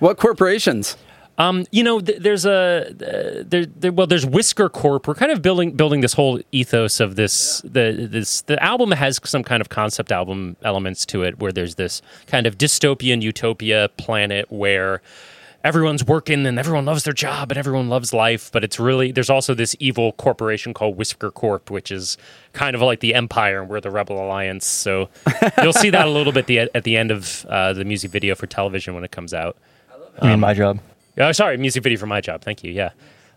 [SPEAKER 2] What corporations?
[SPEAKER 3] Um, you know, th- there's a uh, there, there. Well, there's Whisker Corp. We're kind of building building this whole ethos of this. The this the album has some kind of concept album elements to it, where there's this kind of dystopian utopia planet where everyone's working and everyone loves their job and everyone loves life. But it's really there's also this evil corporation called Whisker Corp, which is kind of like the Empire, and we're the Rebel Alliance. So you'll see that a little bit the, at the end of uh, the music video for television when it comes out.
[SPEAKER 6] I
[SPEAKER 2] Um,
[SPEAKER 6] mean, my job.
[SPEAKER 3] Oh, sorry, music video for my job. Thank you. Yeah.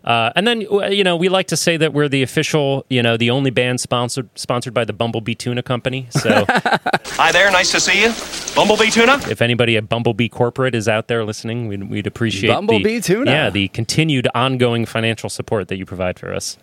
[SPEAKER 3] Uh, and then w- you know we like to say that we're the official, you know, the only band sponsored sponsored by the Bumblebee Tuna Company. So
[SPEAKER 9] Hi there, nice to see you. Bumblebee Tuna?
[SPEAKER 3] if anybody at Bumblebee Corporate is out there listening, we'd, we'd appreciate the-
[SPEAKER 2] Bumblebee Tuna.
[SPEAKER 3] Yeah, the continued ongoing financial support that you provide for us.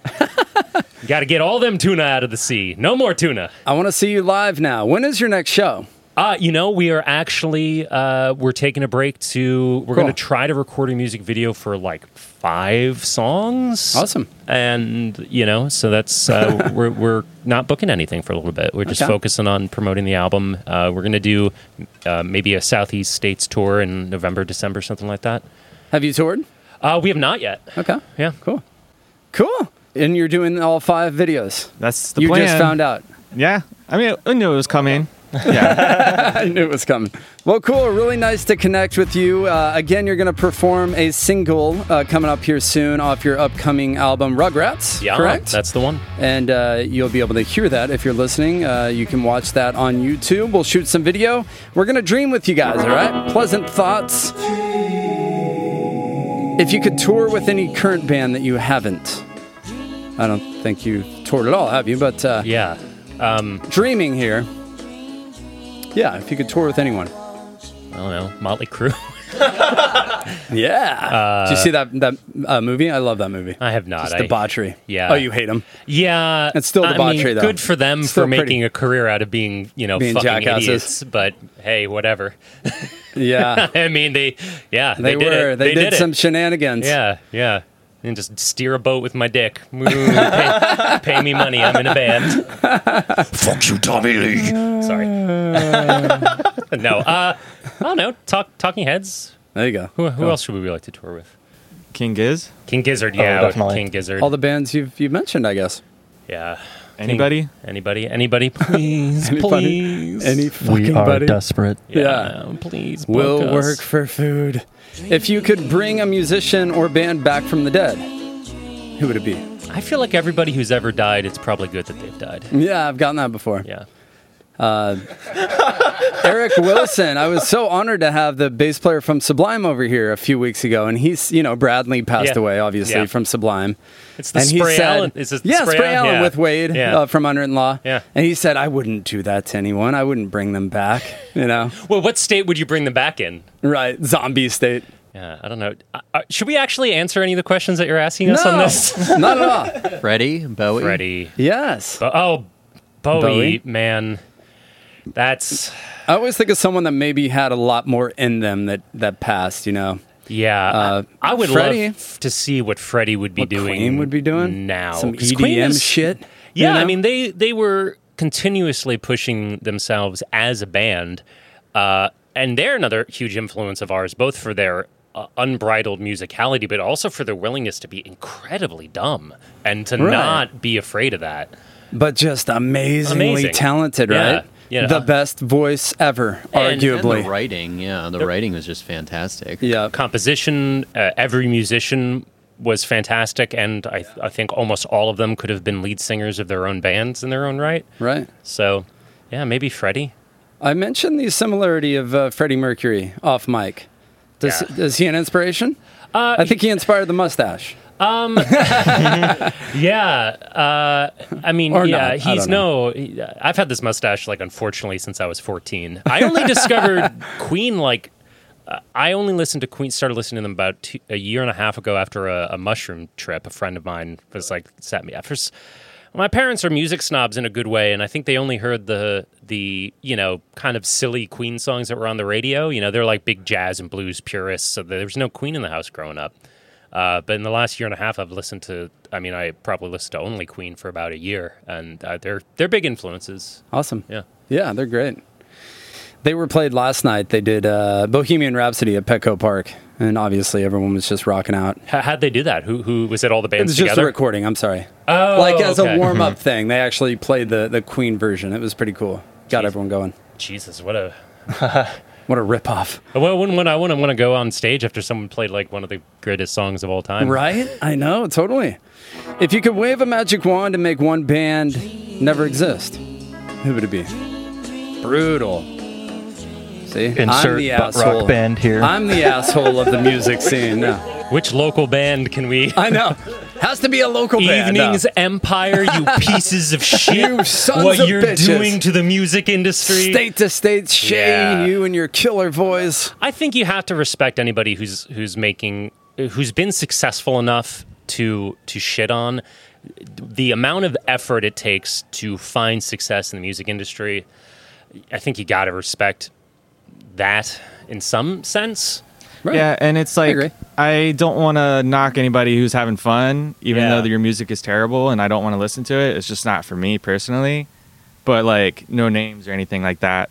[SPEAKER 3] you got to get all them tuna out of the sea. No more tuna.
[SPEAKER 2] I want to see you live now. When is your next show?
[SPEAKER 3] Uh, you know, we are actually uh, we're taking a break to we're
[SPEAKER 2] Cool.
[SPEAKER 3] going to try to record a music video for like five songs.
[SPEAKER 2] Awesome.
[SPEAKER 3] And you know, so that's uh, we're we're not booking anything for a little bit. We're just
[SPEAKER 2] Okay.
[SPEAKER 3] focusing on promoting the album. Uh, we're going to do uh, maybe a Southeast States tour in November, December, something like that.
[SPEAKER 2] Have you toured?
[SPEAKER 3] Uh, we have not yet.
[SPEAKER 2] Okay.
[SPEAKER 3] Yeah.
[SPEAKER 2] Cool. Cool. And you're doing all five videos.
[SPEAKER 4] That's the
[SPEAKER 2] you
[SPEAKER 4] plan.
[SPEAKER 2] just found out.
[SPEAKER 4] Yeah. I mean, I knew it was coming.
[SPEAKER 2] I knew it was coming. Well, cool. Really nice to connect with you. Uh, again, you're going to perform a single uh, coming up here soon off your upcoming album, Rugrats.
[SPEAKER 3] Yeah.
[SPEAKER 2] correct.
[SPEAKER 3] That's the one.
[SPEAKER 2] and uh, you'll be able to hear that if you're listening. Uh, you can watch that on YouTube. We'll shoot some video. We're gonna dream with you guys. All right. Pleasant thoughts. If you could tour with any current band that you haven't, I don't think you have toured at all, have you? But uh,
[SPEAKER 3] Yeah. Um,
[SPEAKER 2] dreaming here. Yeah, if you could tour with anyone.
[SPEAKER 3] I don't know. Motley Crue.
[SPEAKER 2] Yeah. Uh, Did you see that that uh, movie? I love that movie.
[SPEAKER 3] I have not.
[SPEAKER 2] It's
[SPEAKER 3] I-
[SPEAKER 2] debauchery.
[SPEAKER 3] yeah.
[SPEAKER 2] Oh, you hate him.
[SPEAKER 3] Yeah,
[SPEAKER 2] It's still
[SPEAKER 3] I
[SPEAKER 2] debauchery,
[SPEAKER 3] mean,
[SPEAKER 2] though.
[SPEAKER 3] Good for them
[SPEAKER 2] It's
[SPEAKER 3] for
[SPEAKER 2] still pretty.
[SPEAKER 3] making a career out of being, you know,
[SPEAKER 2] Being
[SPEAKER 3] fucking
[SPEAKER 2] jackasses.
[SPEAKER 3] idiots. But hey, whatever.
[SPEAKER 2] Yeah.
[SPEAKER 3] I mean, they, yeah,
[SPEAKER 2] They,
[SPEAKER 3] they, did
[SPEAKER 2] were.
[SPEAKER 3] It.
[SPEAKER 2] They, did,
[SPEAKER 3] it.
[SPEAKER 2] some shenanigans.
[SPEAKER 3] yeah, yeah. And just steer a boat with my dick. Ooh, pay, pay me money. I'm in a band.
[SPEAKER 9] Fuck you, Tommy Lee.
[SPEAKER 3] Sorry. no. Uh, I don't know. Talk, talking Heads.
[SPEAKER 2] There you go.
[SPEAKER 3] Who, who else should we like to tour with?
[SPEAKER 4] King Giz?
[SPEAKER 3] King Gizzard. Yeah,
[SPEAKER 6] definitely.
[SPEAKER 3] King Gizzard.
[SPEAKER 2] Oh, All the bands you've you've mentioned, I guess.
[SPEAKER 3] yeah. King-
[SPEAKER 4] Anybody?
[SPEAKER 3] Anybody? Anybody? Please,
[SPEAKER 2] Anybody?
[SPEAKER 3] please.
[SPEAKER 2] Any
[SPEAKER 6] We
[SPEAKER 2] fucking
[SPEAKER 6] are
[SPEAKER 2] buddy.
[SPEAKER 6] desperate.
[SPEAKER 3] yeah. Please.
[SPEAKER 2] Will
[SPEAKER 3] book us.
[SPEAKER 2] work for food. If you could bring a musician or band back from the dead, who would it be?
[SPEAKER 3] I feel like everybody who's ever died, it's probably good that they've died.
[SPEAKER 2] Yeah, I've gotten that before.
[SPEAKER 3] Yeah.
[SPEAKER 2] Eric Wilson. I was so honored to have the bass player from Sublime over here a few weeks ago, and he's you know Bradley passed
[SPEAKER 3] Yeah.
[SPEAKER 2] away obviously
[SPEAKER 3] Yeah.
[SPEAKER 2] from Sublime.
[SPEAKER 3] It's the
[SPEAKER 2] and he
[SPEAKER 3] Spray
[SPEAKER 2] said,
[SPEAKER 3] Allen. Is it the
[SPEAKER 2] yeah, Spray, Allen
[SPEAKER 3] Yeah.
[SPEAKER 2] with Wade
[SPEAKER 3] Yeah.
[SPEAKER 2] uh, from Under and Law.
[SPEAKER 3] Yeah.
[SPEAKER 2] and he said I wouldn't do that to anyone. I wouldn't bring them back. You know,
[SPEAKER 3] well, what state would you bring them back in?
[SPEAKER 2] right? Zombie state.
[SPEAKER 3] Yeah, I don't know. Uh, uh, should we actually answer any of the questions that you're asking us on this?
[SPEAKER 2] not at all.
[SPEAKER 11] Freddie, Bowie.
[SPEAKER 3] Freddie.
[SPEAKER 2] Yes.
[SPEAKER 3] Bo- oh, Bowie,
[SPEAKER 2] Bowie?
[SPEAKER 3] man. That's
[SPEAKER 2] I always think of someone that maybe had a lot more in them that that passed, you know.
[SPEAKER 3] yeah.
[SPEAKER 2] Uh,
[SPEAKER 3] I, I would
[SPEAKER 2] Freddie?
[SPEAKER 3] love f- to see what Freddie would be
[SPEAKER 2] What
[SPEAKER 3] doing.
[SPEAKER 2] Queen would be doing
[SPEAKER 3] now.
[SPEAKER 2] some
[SPEAKER 3] 'Cause Queen
[SPEAKER 2] EDM
[SPEAKER 3] is-
[SPEAKER 2] shit.
[SPEAKER 3] Yeah,
[SPEAKER 2] you know?
[SPEAKER 3] I mean they they were continuously pushing themselves as a band, uh, and they're another huge influence of ours, both for their uh, unbridled musicality, but also for their willingness to be incredibly dumb and to
[SPEAKER 2] Right.
[SPEAKER 3] not be afraid of that.
[SPEAKER 2] but just amazingly
[SPEAKER 3] Amazing.
[SPEAKER 2] talented,
[SPEAKER 3] Yeah,
[SPEAKER 2] right?
[SPEAKER 3] yeah.
[SPEAKER 2] The best voice ever,
[SPEAKER 11] And-
[SPEAKER 2] arguably.
[SPEAKER 11] and the writing, yeah, the writing was just fantastic.
[SPEAKER 2] yeah.
[SPEAKER 3] Composition, uh, every musician was fantastic, and I, I think almost all of them could have been lead singers of their own bands in their own right.
[SPEAKER 2] Right.
[SPEAKER 3] So, yeah, maybe Freddie.
[SPEAKER 2] I mentioned the similarity of uh, Freddie Mercury off mic. Does,
[SPEAKER 3] Yeah.
[SPEAKER 2] Is he an inspiration? Uh, I think he inspired the mustache.
[SPEAKER 3] Yeah, uh, I mean,
[SPEAKER 2] Or
[SPEAKER 3] yeah,
[SPEAKER 2] not, I
[SPEAKER 3] he's
[SPEAKER 2] don't
[SPEAKER 3] no. he- uh, I've had this mustache like unfortunately since I was fourteen. I only discovered Queen like uh, I only listened to Queen. Started listening to them about two, a year and a half ago after a, a mushroom trip. A friend of mine was like sent me. At first, My parents are music snobs in a good way, and I think they only heard the the you know kind of silly Queen songs that were on the radio. You know, they're like big jazz and blues purists, so there was no Queen in the house growing up. Uh, but in the last year and a half, I've listened to. I mean, I probably listened to only Queen for about a year, and uh, they're they're big influences.
[SPEAKER 2] Awesome.
[SPEAKER 3] Yeah.
[SPEAKER 2] Yeah, they're great. They were played last night. They did uh, Bohemian Rhapsody at Petco Park, and obviously everyone was just rocking out.
[SPEAKER 3] How, how'd they do that? Who who was it? All the
[SPEAKER 2] It
[SPEAKER 3] bands
[SPEAKER 2] was just a
[SPEAKER 3] together.
[SPEAKER 2] recording. I'm sorry.
[SPEAKER 3] Oh,
[SPEAKER 2] like as
[SPEAKER 3] okay.
[SPEAKER 2] a warm up thing, they actually played the the Queen version. It was pretty cool. Got everyone going.
[SPEAKER 3] Jesus, what a
[SPEAKER 2] What a rip off.
[SPEAKER 3] Well, when, when I want to want to go on stage after someone played like one of the greatest songs of all time,
[SPEAKER 2] Right? I know, totally. If you could wave a magic wand and make one band never exist, who would it be? Brutal. See? I'm
[SPEAKER 6] Insert
[SPEAKER 2] the
[SPEAKER 6] butt rock
[SPEAKER 2] asshole.
[SPEAKER 6] band here.
[SPEAKER 2] I'm the asshole of the music scene. No.
[SPEAKER 3] Which local band can we?
[SPEAKER 2] I know. Has to be a local band. no.
[SPEAKER 3] Evenings Empire, you pieces of shit!
[SPEAKER 2] You sons
[SPEAKER 3] what
[SPEAKER 2] of
[SPEAKER 3] you're
[SPEAKER 2] bitches.
[SPEAKER 3] doing to the music industry?
[SPEAKER 2] State to state, Shay,
[SPEAKER 3] Yeah.
[SPEAKER 2] you and your killer voice.
[SPEAKER 3] I think you have to respect anybody who's who's making who's been successful enough to to shit on the amount of effort it takes to find success in the music industry. I think you got to respect that in some sense.
[SPEAKER 4] Yeah, and it's like I, don't want to knock anybody who's having fun, even
[SPEAKER 3] Yeah.
[SPEAKER 4] though your music is terrible, and I don't want to listen to it. It's just not for me personally. But like, no names or anything like that.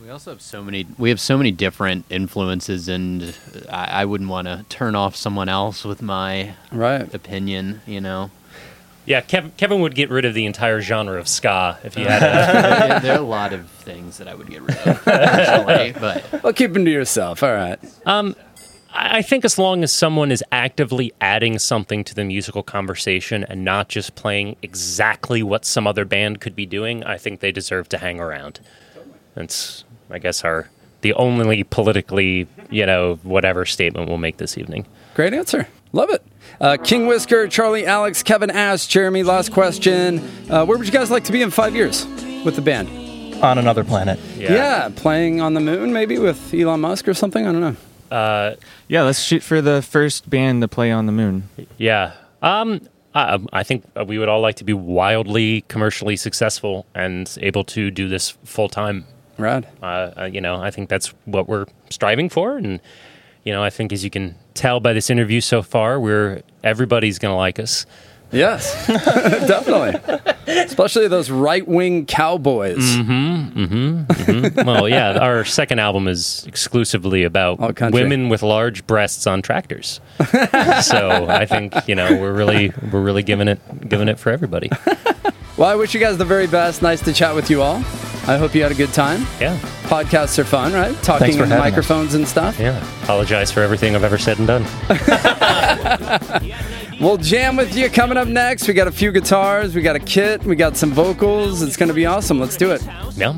[SPEAKER 11] We also have so many. We have so many different influences, and I, I wouldn't want to turn off someone else with my
[SPEAKER 2] right
[SPEAKER 11] opinion. You know,
[SPEAKER 3] Yeah, Kev- Kevin would get rid of the entire genre of ska if he had. A-
[SPEAKER 11] there, there are a lot of things that I would get rid of, personally, but
[SPEAKER 2] Well, keep them to yourself. All right.
[SPEAKER 3] Um, I I think as long as someone is actively adding something to the musical conversation and not just playing exactly what some other band could be doing, I think they deserve to hang around. That's, I guess, our the only politically, you know, whatever statement we'll make this evening.
[SPEAKER 2] Great answer. Love it. Uh, King Whisker, Charlie, Alex, Kevin, Ash, Jeremy. Last question: uh, Where would you guys like to be in five years with the band?
[SPEAKER 6] on another planet.
[SPEAKER 2] Yeah. playing on the moon maybe with Elon Musk or something. I don't know.
[SPEAKER 3] Uh,
[SPEAKER 4] yeah, let's shoot for the first band to play on the moon.
[SPEAKER 3] Yeah. Um, I, I think we would all like to be wildly commercially successful and able to do this full time.
[SPEAKER 2] Right.
[SPEAKER 3] Uh, uh, you know, I think that's what we're striving for, and you know, I think as you can tell by this interview so far, we're everybody's going to like us.
[SPEAKER 2] Yes, definitely. Especially those right-wing cowboys.
[SPEAKER 3] Mm-hmm. Mm-hmm. hmm well, yeah, our second album is exclusively about women with large breasts on tractors. so I think you know we're really we're really giving it giving it for everybody.
[SPEAKER 2] Well, I wish you guys the very best. Nice to chat with you all. I hope you had a good time.
[SPEAKER 3] Yeah.
[SPEAKER 2] Podcasts are fun, right? Talking
[SPEAKER 3] for
[SPEAKER 2] into
[SPEAKER 3] having us.
[SPEAKER 2] microphones and stuff.
[SPEAKER 3] Yeah. Apologize for everything I've ever said and done.
[SPEAKER 2] We'll jam with you coming up next. We got a few guitars, we got a kit, we got some vocals. It's going to be awesome. Let's do it.
[SPEAKER 3] No.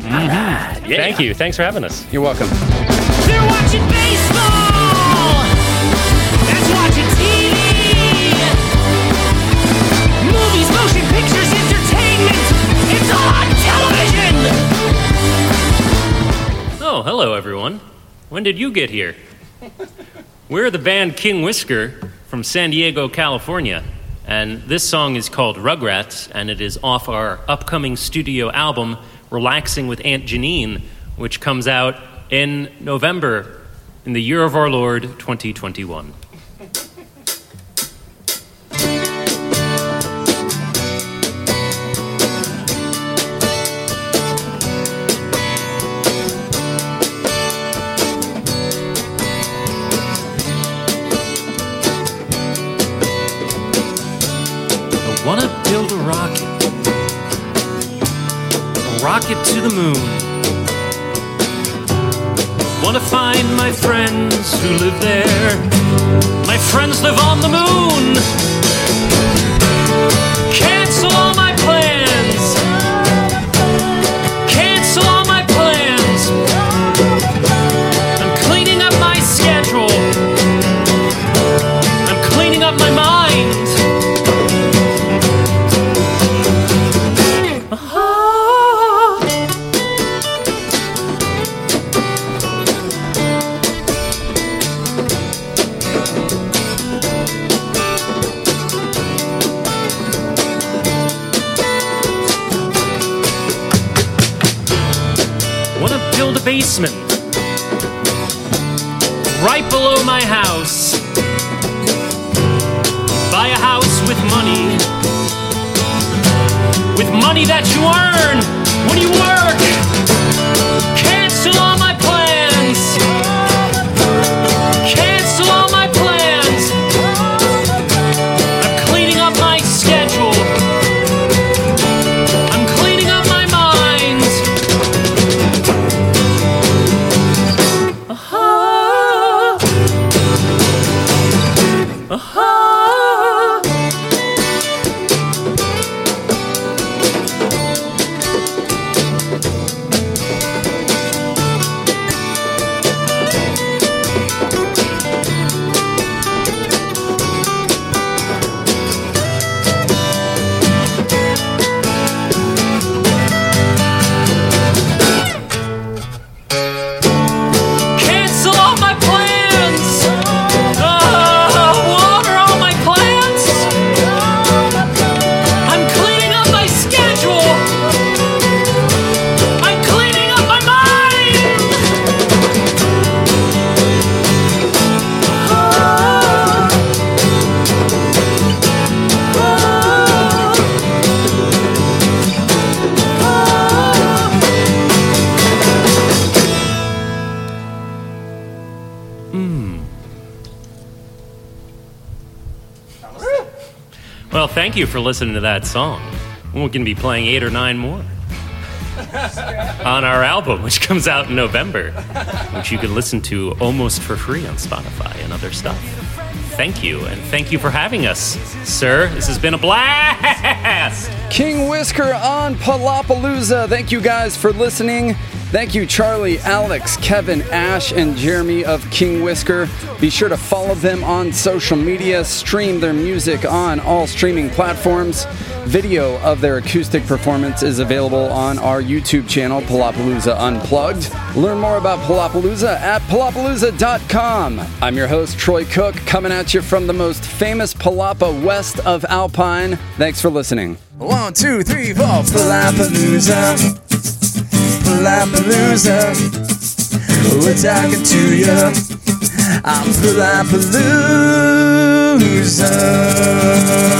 [SPEAKER 3] Thank you. Thanks for having us.
[SPEAKER 2] You're welcome.
[SPEAKER 7] They're watching baseball. That's watching TV. Movies, motion pictures, entertainment. It's on television.
[SPEAKER 3] Oh, hello, everyone. When did you get here? We're the band King Whisker from San Diego, California, and this song is called Rugrats, and it is off our upcoming studio album, Relaxing with Aunt Janine, which comes out in November in the year of our Lord 2021. I wanna build a rocket, a rocket to the moon. Wanna find my friends who live there. My friends live on the moon. Cancel all my plans. Cancel all my plans. I'm cleaning up my schedule. I'm cleaning up my mind. filled a basement right below my house. Buy a house with money, with money that you earn when you work. Cancel all my plans. Cancel all my plans. I'm cleaning up my schedule. I'm cleaning up my mind. Uh-huh. Cancel all my plans. Ah, water all my plans. I'm cleaning up my schedule. I'm cleaning up my mind.
[SPEAKER 12] Well, thank you for listening to that song. We're going to be playing eight or nine more on our album, which comes out in November, which you can listen to almost for free on Spotify and other stuff. Thank you, and thank you for having us, sir. This has been a blast.
[SPEAKER 2] King Whisker on Palapalooza. Thank you guys for listening. Thank you, Charlie, Alex, Kevin, Ash, and Jeremy of King Whisker. Be sure to follow them on social media, stream their music on all streaming platforms. Video of their acoustic performance is available on our YouTube channel, Palapalooza Unplugged. Learn more about Palapalooza at palapalooza.com. I'm your host, Troy Cook, coming at you from the most famous Palapa west of Alpine. Thanks for listening.
[SPEAKER 1] One, two, three, four. Palapalooza. Palapalooza. We're talking to you. I'm Palapalooza.